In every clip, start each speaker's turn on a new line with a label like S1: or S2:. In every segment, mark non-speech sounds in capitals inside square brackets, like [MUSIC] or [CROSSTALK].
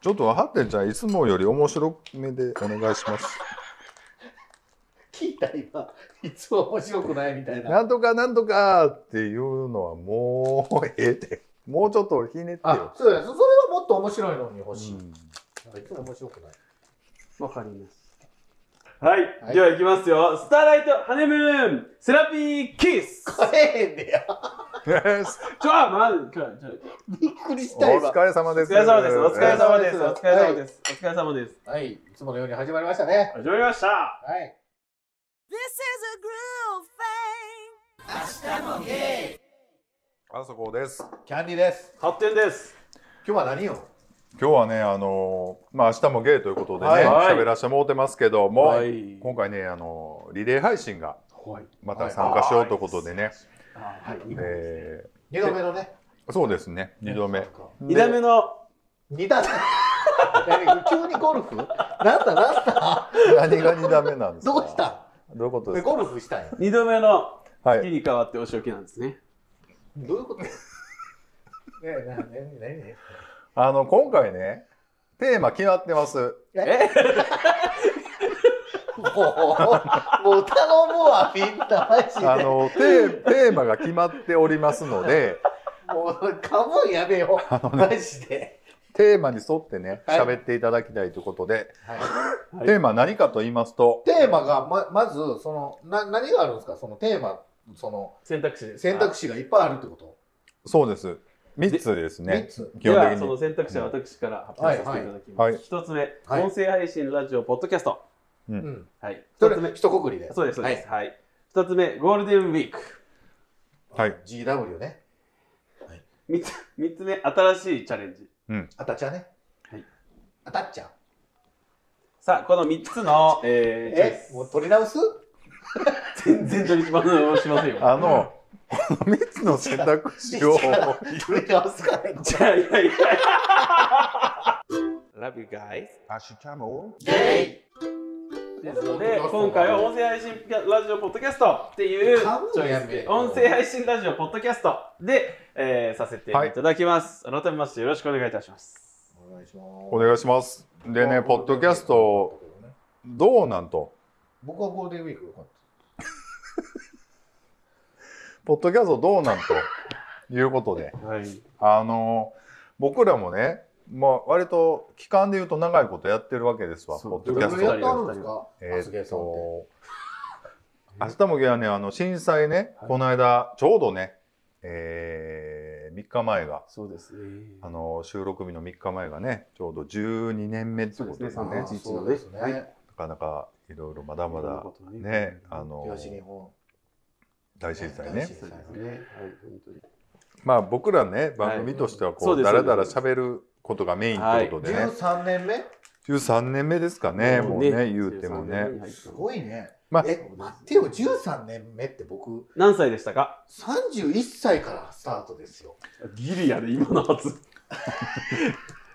S1: ちょっと分かってんじゃん。いつもより面白めでお願いします。
S2: [LAUGHS]
S3: 聞いた今いつも面白くないみたいな
S1: なんとかなんとかっていうのはもうええって。もうちょっとひねって
S3: あ
S1: よ。
S3: そうですそれはもっと面白いのに欲しい、
S1: [LAUGHS] うん
S3: なんかいつも面白くない
S2: わかります。はい、
S3: はい
S2: ではいきますよ。スターライトハネムーンセラピーキスちょ、
S3: 帰れへんでや
S2: あ、まず、ちょ、ちょ、
S3: びっくりし
S1: お
S3: た今
S1: 疲れ様で
S2: お
S1: す。
S2: 疲れ様です。お疲れ様です。
S3: お
S2: お
S3: 疲
S2: 疲
S3: れ
S2: れ
S3: 様
S2: 様
S3: で
S2: です。お疲れ様です。
S3: はいいつものように始まりましたね
S2: 始まりました。
S3: はい
S4: This is a groove thing.
S1: あそこです。
S3: キャンディーです
S2: 発展です。
S3: 今日は何を
S1: 今日はね、あのーまあ明日もゲイということでね、
S3: はい
S2: はい
S1: 喋らせてもらってますけども、
S2: はい
S1: 今回ね、あのーリレー配信が
S2: はい。
S1: また参加しようということでね、
S2: あはい。
S1: え
S3: 二度目のね
S1: ーそうですね、2度目。
S2: 二段目の、
S3: 二段目急にゴルフなんだなんだ
S1: [LAUGHS] 何が2度目なんですか
S3: どうした
S1: どういうことですか
S3: ゴルフしたんや
S2: 二度目の、
S1: は
S2: 木
S1: い。
S2: に変わってお仕置きなんですね。
S3: どういうことねえな何何
S1: あの、今回ね、テーマ決まって
S2: [LAUGHS]
S1: ます。
S2: え
S3: もう、もう頼むわ、みんな、マジで。
S1: あのテーテーマが決まっておりますの
S2: [LAUGHS]
S1: で
S3: もう、かぶんやめよう、マジで。
S1: テーマに沿ってね
S3: はい
S1: 喋っていただきたいということで、
S2: はい
S1: テーマは何かと言いますと
S3: テーマがま、まず、その、な、何があるんですかそのテーマ、その、
S2: 選択肢です。
S3: 選択
S2: 肢。
S3: 肢がいっぱいあるってこと
S1: そうです3つです
S3: 三
S1: ね
S3: つ。
S1: 基
S2: で
S1: 本
S2: は、
S1: 的
S2: そ
S1: に
S2: の選択肢は私から発表させていただき
S1: は
S2: ま
S1: いは
S2: す。一つ目、
S3: はい
S2: 音声配信、ラジオ、ポッドキャスト。
S3: うん。
S2: はい。
S3: そ
S2: 一つ
S3: れ、
S2: 目、
S3: 一括りで。
S2: そうです、そうです。はい。二つ目、ゴールデンウィーク。
S1: はい
S3: GW ね。
S2: 三つ三つ目、新しいチャレンジ。
S3: あたっちゃね。
S2: はい。
S3: あたっちゃ。
S2: さあ、この三つの、えー、チョイ
S3: え
S2: ス、
S3: もう取り直す
S2: 全然取り組ましませんよ。
S1: あの [LAUGHS] この3つの選択肢を
S3: 取り直すからね。
S2: じゃあ、いやいや。Love you guys. ですので、今回は音声配信ラジオポッドキャストっていう
S3: 噛む
S2: チ
S3: の
S2: ョイ
S3: や
S2: ス
S3: め
S2: で、
S3: よ
S2: 音声配信ラジオポッドキャストで、えー、させていただきます。改めましてよろしくお願いいたします。
S3: お願いします。
S1: お願いしますでねポッドキャスト。どうなんと
S3: 僕はゴールデンウィークよかった。
S1: ポッドキャストどうなんということで
S2: はい。
S1: あの僕らもねまあ割と期間で言うと長いことやってるわけですわ
S2: そ
S1: ポ
S2: う
S1: ッドキ
S3: や
S1: ャ
S3: っ
S1: ス
S3: と
S1: ト
S3: やったんですか
S1: え
S3: アスゲ
S1: ー
S3: ー
S1: っ
S3: さんっ
S1: と、
S3: て。
S1: 明日もゲはね、あの震災ね、この間、ちょうどね、え3日前が、
S2: そうですね。
S1: あの収録日の3日前がね、ちょうど12年目ってことです
S2: そう
S1: ね、
S2: ですね
S1: な
S2: 3.11
S3: そうです
S2: は
S3: ね
S2: い。
S1: かなかいろいろまだま
S2: そんな
S1: だ
S2: ことない
S1: ね、あの
S3: 東日本。
S1: 大震災
S3: 大
S1: ね
S3: 震。
S2: そうですね。はい、本当に。
S1: まあ僕らね、番組としてはこ
S2: そう
S1: う、
S2: です
S1: だらだら喋ることがメインってことでね、
S3: 13年目
S1: 13年目ですかね、もうね、言うても
S2: 13
S1: ね
S2: 年。目に入った
S3: すごいね。
S1: まあ
S3: え、待ってよ、13年目って僕、
S2: 何歳でしたか
S3: 31歳からスタートですよ。
S2: ギリやで、今のはず。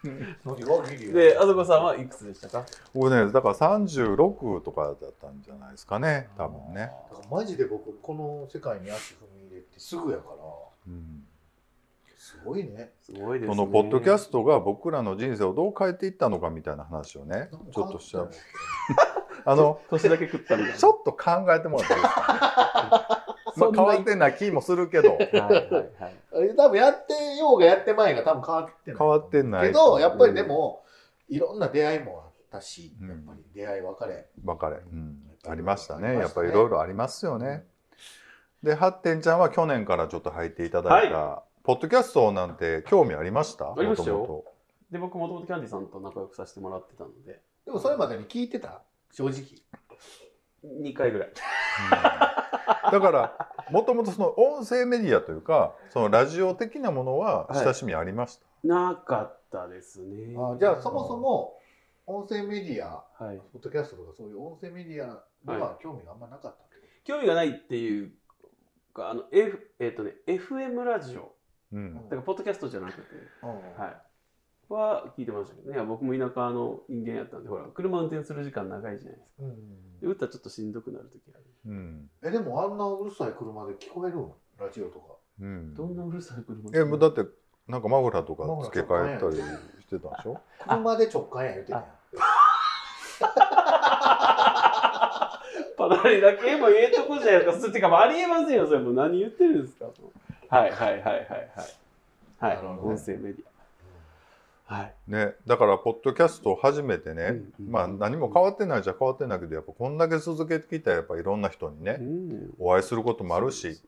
S2: で、
S3: で
S2: あずこさんはいくつでしたか
S1: 僕ね、だから36とかだったんじゃないですかね、多分ね。。
S3: マジで僕、この世界に足踏み入れてすぐやから、
S1: うん
S3: すごいね。
S2: すごいで
S1: そ
S2: すね。
S1: のポッドキャストが僕らの人生をどう変えていったのかみたいな話をね
S3: なんか
S1: ちょっとし
S3: 変
S1: た
S3: わったよ
S1: あの
S2: 年だけ食ったみたいな。
S1: ちょっと考えてもらっていいですか、まあ、変わってない気もするけど
S2: はいはいはい。
S3: え多分やってようがやってまいが多分変わってない。
S1: 変わってない
S3: けど、やっぱりでも、いろんな出会いもあったし、
S1: うん
S3: やっぱり出会い別れ。
S1: 別れ、うん、ありましたね
S3: ありました
S1: やっぱ
S3: ね
S1: りいろいろありますよねでハッテンちゃんは去年からちょっと入っていただいた、ポッドキャストなんて興味ありました
S2: ありましたよ
S1: 元
S2: で、僕もともとキャンディさんと仲良くさせてもらってたので、
S3: でもそれまでに聞いてた正直。
S2: 2回ぐらい。
S1: 々うんだからもともとその音声メディアというかそのラジオ的なものは親しみありました、
S2: なかったですね。
S3: あじゃあそもそも音声メディア、
S2: はい。
S3: ポッドキャストとかそういう音声メディアには興味があんまなかったってこ
S2: 興味がないっていうか、あの、F、えっ、とね、FM ラジオ、
S1: うん
S2: だからポッドキャストじゃなくて、
S3: と、うん
S2: はい。は聞いてましたけどね。いや僕も田舎の人間やったんで、ほら、車運転する時間長いじゃないですか。で、
S3: うん
S2: 打ったらちょっとしんどくなる時ある。
S1: うん
S3: えでもあんなうるさい車で聞こえるんラジオとか
S1: うん
S2: どんなうるさい車
S1: えもうだってなんかマフラーとか
S3: マフラー
S1: 付け替えたりしてたんでしょ
S3: 車で直感や言うてんやん
S2: パラリだけもええとこじゃないですか。てか、ありえませんよ、それもう何言ってるんですか。もうはいはいはいはいは
S3: な
S2: い。は
S3: る
S2: い、
S3: ほどね
S2: 音声メディア。はい。
S1: ねだからポッドキャストを始めてね、
S2: うんうん
S1: まあ何も変わってないじゃ変わってないけどやっぱこんだけ続けてきたらやっぱいろんな人にね
S2: ん。
S1: お会いすることもあるし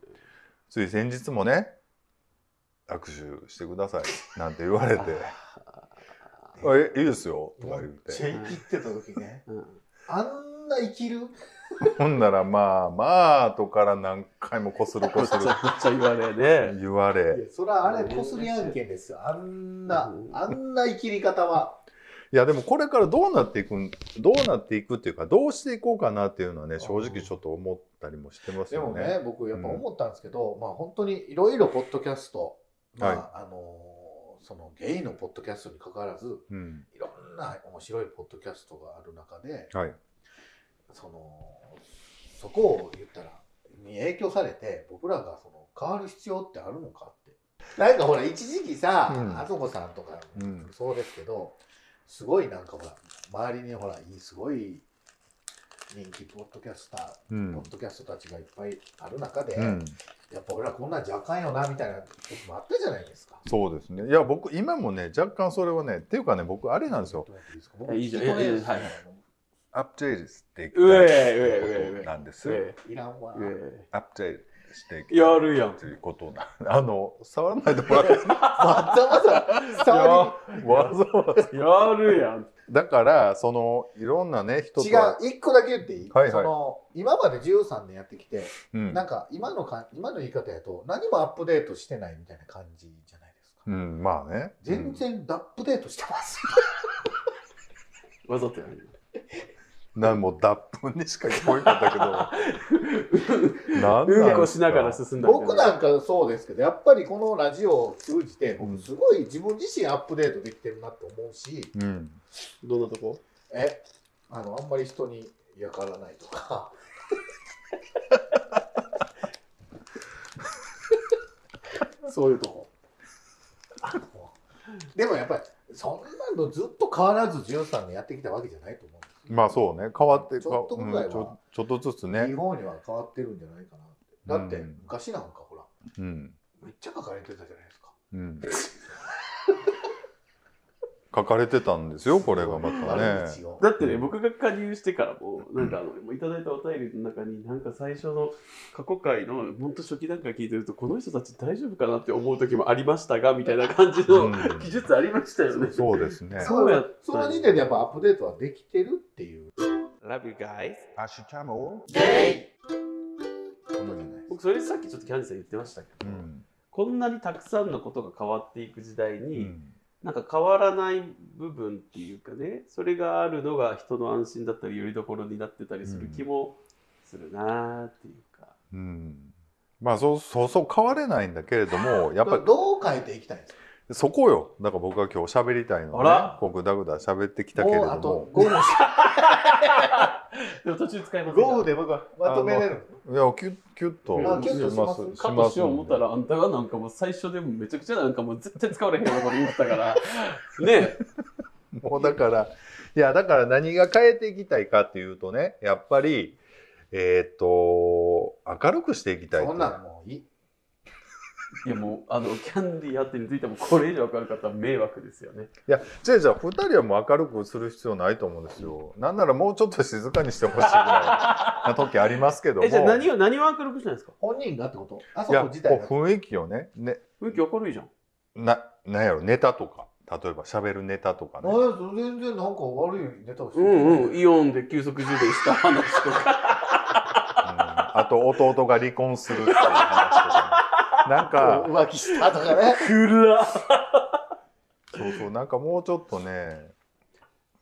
S1: つい先日もね握手してくださいなんて言われて「あえいいですよ」とか言っ
S3: めっちゃ
S1: て
S3: 生きってた時ね
S2: うん。
S3: あんな生きる
S1: [LAUGHS] ほんならまあまあとから何回もこするこす
S2: こそ
S1: る
S2: ちゃくちゃ言われね。
S1: 言わ
S3: い
S1: れ
S3: やそれはあれこすり案件ですよあんな
S2: うん
S3: あんな生きり方はい
S1: やでもこれからどうなっていくんどうなっていくっていうかどうしていこうかなっていうのはね正直ちょっと思ったりもしてます
S3: で
S1: よ
S3: も
S1: ね。
S3: ね僕やっぱ思ったんですけど、まあ本当にいろいろポッドキャスト、まあ
S1: はい
S3: あのーそのゲイのポッドキャストに関わらず
S1: うん
S3: いろんな面白いポッドキャストがある中で
S1: はい
S3: そのそこを言ったらに影響されて僕らがその変わる必要ってあるのかってなんかほら一時期さ、
S1: うん
S3: あそこさんとか
S1: うん
S3: そうですけど、すごいなんかほら周りにほらいいすごい人気ポッドキャスター、
S1: うん
S3: ポッドキャストたちがいっぱいある中で、
S1: うん、
S3: やっぱ俺らこんなんじゃあかんよなみたいな時もあったじゃないですか。
S1: そうですねいや僕今もね若干それはねっていうかね僕あれなんですよ
S3: ちょっと待っていいですか。
S2: いやいいじゃんいやいいじゃんはい
S1: アップデートしていき
S2: うえう
S1: たい
S2: えう
S1: こと
S2: え。
S1: なんです、
S2: え
S3: いらんわ。
S2: ええ
S1: アップデートしてい
S2: え。
S1: きた
S2: や
S1: い
S2: るやん。
S1: ということな [LAUGHS] あの触らないでも [LAUGHS] らっていいですか
S3: わざわざ
S2: [LAUGHS] や
S3: 触
S1: わざわざ
S2: やるやん。
S1: だからそのいろんなね人
S3: り違
S1: とは
S3: う一個だけ言っていい、
S1: はいはい
S3: その今まで13年やってきて
S1: うん
S3: なんか今のか今の言い方やと何もアップデートしてないみたいな感じじゃないですか。
S1: うん、まあね
S3: 全然ダップデートしてます。
S2: わざとやる。
S1: うんなんもう脱粉にしか聞こえなか [LAUGHS] ったけどなんなんです
S2: う
S1: か
S2: んこしながら進んだみたい
S3: 僕なんかそうですけどやっぱりこのラジオを通じて
S1: うん
S3: 僕すごい自分自身アップデートできてるなって思うし
S1: うん
S2: どんなとこ
S3: えあのあんまり人にやからないとか [LAUGHS] そういうとこあのでもやっぱりそんなのずっと変わらず13年やってきたわけじゃないと思うんですよ
S1: まあそうね変わって
S3: ちょっとぐらいは
S1: うんちょちょっとずつ
S3: 日
S1: ね、
S3: 本には変わってるんじゃないかなってだっ
S1: う
S3: て
S1: ん
S3: 昔なんかほら
S1: うん
S3: めっちゃ書かれてたじゃないですか
S1: うん、書かれてたんですよこれがまたね
S3: 悪口を
S2: だってね、僕が加入してからも、なんかあの、もういただいたお便りの中に、なんか最初の過去回の、本当初期段階聞いてると、この人たち大丈夫かなって思う時もありましたが、みたいな感じ
S1: う
S2: の
S1: ん
S2: 記述ありましたよね。
S1: そうですね
S2: そうやった
S3: その時点でやっぱアップデートはできてるっていうこ
S2: Love you guys.
S1: アシュチャモ
S3: とじゃない
S2: 僕、それさっきちょっとキャンディさん言ってましたけ
S1: う
S2: ど、
S1: ん、
S2: こんなにたくさんのことが変わっていく時代
S1: う
S2: に、
S1: ん
S2: なんか変わらない部分っていうかね、それがあるのが人の安心だったり、よりどころになってたりする気もするなーっていうか。
S1: うん、まあそうそうそう変われないんだけれども [LAUGHS] やっぱり
S3: どう変えていきたいんですか
S1: そこよだから僕は今日喋りたいの
S2: あ
S1: は、
S2: ら
S1: ね、こうグダグダ喋ってきたけれ
S3: も
S1: ど
S3: うあと
S1: も
S3: 5分しか
S2: でも途中使います
S3: 5分で僕はまとめれる
S1: いやキュッキュッと
S2: あキュ
S3: ッとします
S1: し
S2: カッ
S1: ま
S2: ト
S1: す
S2: しよう思ったら、あんたがなんかもう最初でもめちゃくちゃなんかもう絶対使われへんようなこと言ってたから、ね
S1: もうだから、いや、だから何が変えていきたいかっていうとね、やっぱり、えーっ、と、明るくしていきたいと
S3: そんなのもういい
S2: いやもう、あの、キャンディーやってについてもこれ以上明るかったら迷惑ですよね。
S1: いや、じゃあじゃあ、二人はもう明るくする必要ないと思うんですよ。なんならもうちょっと静かにしてほしいぐらいな時ありますけども。
S2: [LAUGHS] え、じゃあ何を、何を明るくしないですか
S3: 本人がってことあそ
S1: いや、
S3: こ
S1: こ
S3: 自体が
S1: う雰囲気をね、ね、
S2: 雰囲気明るいじゃん。
S1: な、なんやろ、ネタとか、例えば喋るネタとか
S3: あ
S1: ね。
S3: 全然なんか悪いネタをして
S2: う
S3: る
S2: ん [LAUGHS] うん、イオンで急速充電した話とか。
S1: うんあと、弟が離婚するっていう話とか、ね。なん
S2: [LAUGHS]
S1: か、
S3: 浮気したとかね
S2: 暗っ
S1: そうそうなんかもうちょっとね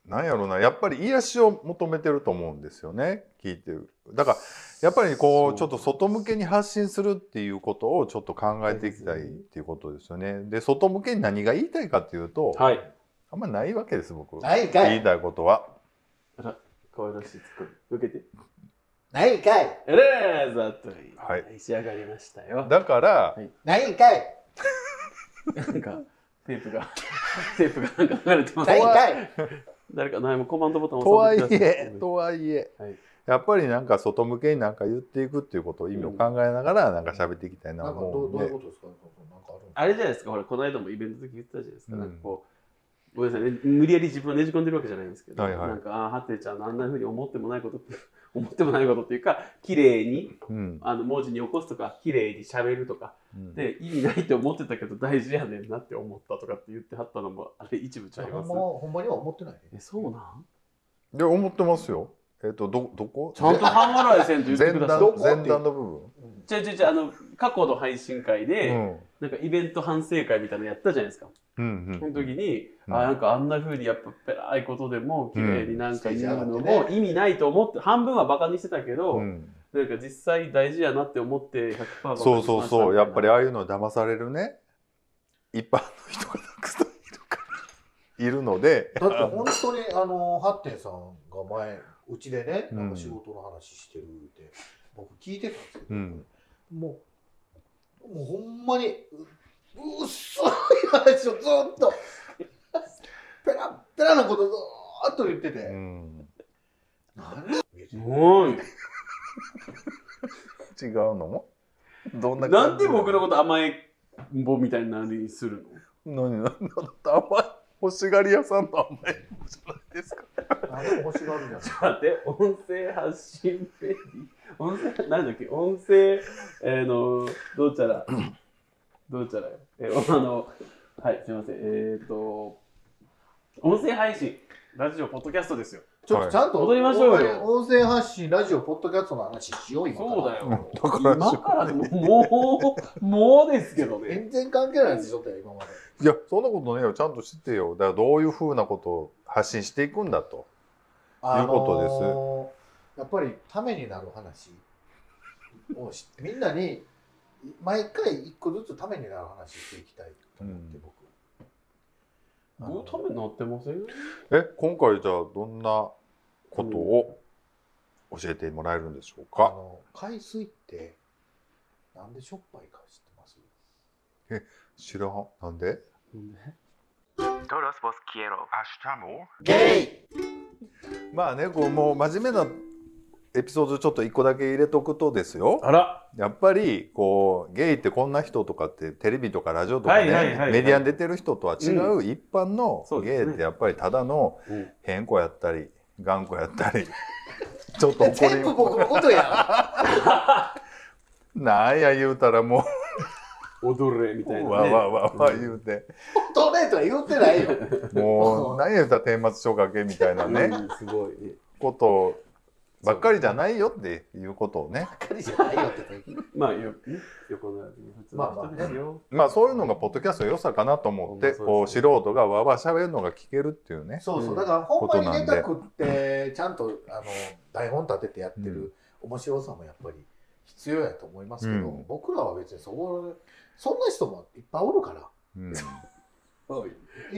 S1: なんやろうなやっぱり癒しを求めてると思うんですよね聞いてるだからやっぱりこ
S2: そう
S1: うちょっと外向けに発信するっていうことをちょっと考えていきたいっていうことですよねで外向けに何が言いたいかっていうと、
S2: はい。
S1: あんまないわけです僕
S3: ないんか
S1: 言い
S3: い
S1: たいことは
S2: 可愛らしいツッコミ。受けて。
S3: ないんかい
S2: えれーざっと、。
S1: はい
S2: 仕上がりましたよ。
S1: だから、
S2: い
S3: ないんかい
S2: なんか、テープがテープがなんか流れてます
S3: 痛い痛い
S2: 誰か何もコマンドボタン
S1: と
S2: を
S1: はい
S2: 押さえてくださ
S1: えとはいえ、
S2: はい
S1: やっぱりなんか外向けになんか言っていくっていうことを意味を考えながらなんか喋っていきたいな
S3: なん
S1: と
S3: かど
S1: 思
S3: う
S1: うん
S3: どう
S1: で、
S3: いうことですかなんかあるんですか
S2: あれじゃないですかほらこの間もイベントの時言ってたじゃないですか,、
S1: うん
S2: なんかこうごめんなさいね無理やり自分をねじ込んでるわけじゃないんですけど、
S1: はいはい
S2: なんかああハテちゃんあんなふうに思っても [LAUGHS] ないこと思ってもないことっていうか綺麗に
S1: うん
S2: あの文字に起こすとか綺麗にしゃべるとか
S1: うん
S2: で意味ないって思ってたけど大事やねんなって思ったとかって言ってはったのもあれ一部ちゃい
S3: ほ
S2: ま
S3: ん
S2: す
S3: まはほんまには思ってない
S2: えそうなん
S1: で思ってますよ。えっ、とどどこ
S2: ちゃんと半笑いせんと言って
S1: 前
S2: く
S1: 段
S2: ださい
S3: どこって
S1: 前段の部分、
S3: うん
S2: ちょいちょいちょいあの過去の配信会で、なんかイベント反省会みたいなのやったじゃないですか。
S1: うんうんうん
S2: その時に、
S1: うん
S2: あなんかあんな風にやっぱペラいことでも綺麗になんか言うの
S3: うん
S2: も意味ないと思って、半分はバカにしてたけど、
S1: うん
S2: なんか実際大事やなって思って100%バカにし
S1: そ
S2: ま
S1: う
S2: した
S1: そうそうやっぱりああいうの騙されるね一般の人がたくさんいるからいるので
S3: だって本当にあのハッテンさんが前うちでねなん
S1: う
S3: か
S1: ん
S3: 仕事の話してるって僕聞いてたんですけど、
S1: うん
S3: もうもうほんまにううっそい話をずっとペラッペラなことずーっと言ってて、
S1: うん
S3: 何
S2: おい
S1: 違うのもどんな
S2: な
S1: 感
S2: ん
S1: じ
S2: で僕のこと甘えんぼみたいなのにする
S1: 何何だって甘い欲しがり屋さんの甘いもじゃないですか
S3: 何でも欲しがるんじゃない
S2: のだって音声発信ペディ音声なんだっけ音声えーのどうちゃらどうちゃらよえーあのはいすいませんえっ、と音声配信ラジオポッドキャストですよ
S3: ちょっとちゃんと、
S2: 踊りましょうよ
S3: 音声発信、ラジオ、ポッドキャストの話しよう、今から。
S2: そうだよ
S1: だから
S2: 今からでももうもうですけどね
S3: 全然関係ない話しとったよ、今まで。
S1: いやそんなことねえよちゃんと知ってよだからどういうふうなことを発信していくんだと
S3: [LAUGHS] あ
S1: いうこ
S3: です。やっぱり、ためになる話をし、みんなに、毎回一個ずつためになる話していきたいと思って、
S1: うん
S3: 僕。あ
S2: ど
S3: の
S2: うためになってません
S1: え今回じゃあどんなことを教えてもらえるんでしょう
S3: あ
S1: か、
S3: の、海水って、なんでしょっぱいか知ってます
S1: 知らんなんで
S5: Todos vos quiero.
S3: ゲイ
S1: まあねこうもう真面目なエピソードちょっと一個だけ入れとくとですよ
S2: あら
S1: やっぱりこうゲイってこんな人とかってテレビとかラジオとかね、
S2: はいはいはいはい
S1: メディアに出てる人とは違う、一般の
S2: そう
S1: ゲ
S2: ですね
S1: イってやっぱりただの
S2: うん
S1: 変子やったり頑固やったりちょっと
S2: [LAUGHS]
S1: 怒
S3: 全部
S1: り
S3: 僕のことや
S1: なんや言うたらも
S2: 踊れみ
S1: う、
S2: たいな、
S1: わ
S2: ね、
S1: わわわ言うて、
S3: ん。トレーとは言ってないよ。
S1: もう何や言うたら天末書書けみたいなね
S2: うんすごいね
S1: ことばっかりじゃないよっていうことをね
S3: ばっかりじゃないよって。
S2: まあよ横並びの普通の人ですよ、
S1: まあそういうのがポッドキャストの良さかなと思って
S2: ほんまそうですね
S1: こう素人がわわしゃべるのが聞けるっていうね
S3: そうそう、
S2: うん
S3: だからほんまにネタ
S1: こ
S3: 食ってちゃんとあの台本立ててやって
S1: う
S3: る面白さもやっぱり必要やと思いますけど、
S1: うん
S3: 僕らは別にそこそんな人もいっぱいおるから
S1: うん
S3: いっぱ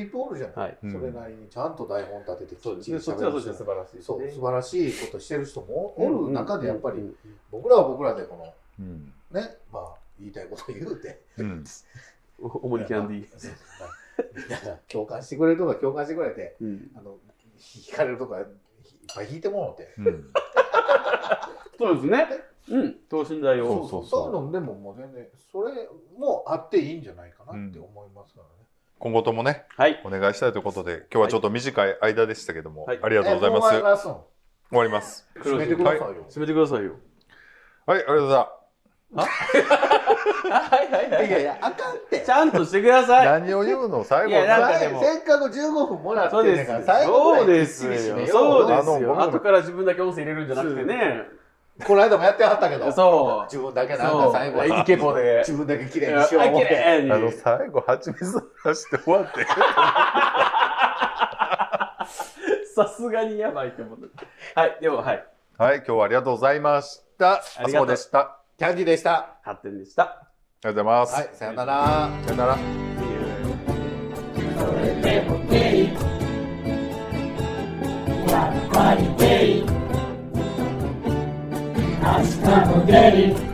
S3: いおるじゃない、
S2: はい
S1: うん
S3: それなりにちゃんと台本立てて
S2: そう
S3: きっ
S2: で
S3: ち
S2: す
S3: り
S2: ねそっち
S3: 喋る人
S2: はそっちで素晴らしいです
S3: そう
S2: ね
S3: 素晴らしいことしてる人もお
S2: うんう
S3: る
S2: ん
S3: 中でやっぱ
S2: う
S3: り
S2: ん
S3: 僕らは僕らでこの
S1: うん
S3: ねまあ言いたいこと言うて
S1: うん
S2: お主にキャンディー、
S3: [LAUGHS] そうそうみんなが共感してくれるとか共感してくれて
S2: うん、
S3: あの引かれるとかいっぱい引いてもろて
S1: うん
S2: そうですねうん等身大
S1: そ
S2: を
S1: う
S3: そうそういうのでももう全然それもあっていいんじゃないかなって思いますからね、
S1: 今後ともね
S2: はい
S1: お願いしたいということで今日はちょっと短い間でしたけども
S2: はい
S1: ありがとうございま
S3: えもう終わり
S1: す
S3: ますの
S1: 終わります
S3: 締めてくださいよ、
S2: 締めてくださいよ
S1: はいありがとうございま
S2: [LAUGHS] はいはい
S3: い、やいやあかんって
S2: ちゃんとしてく
S1: し
S2: だ
S1: た
S2: さい
S1: 何を言うの最後
S2: いやなんか
S3: せ
S2: でも
S3: っかく15分もらって
S2: そうん
S3: ね
S2: で
S3: んから
S2: す
S3: 最後
S2: そう
S3: ぐらい
S2: で
S3: きっ
S2: す
S3: ちり締
S2: よ
S3: めよ
S2: そうで
S1: あ
S2: す
S1: の僕
S2: よ
S1: も
S2: 後から自分だけ音声入れるんじゃなくてね
S3: この間もやってはったけど
S2: そう
S3: 自分だけなんか最後
S2: そうイケボで
S3: 自分だけ綺
S2: 綺
S3: 麗にしよう思って
S1: あの最後蜂蜜の話で終わって
S2: さすがにやばいと思ったはいでもはい
S1: はい今日はありがとうございました
S2: あ
S1: あそ
S2: りがとう
S1: こでしたあ
S3: キャンディーでした
S2: 発展でした
S1: りがとうございます、
S3: はいさよなら、
S1: さよなら
S6: Hasta poder.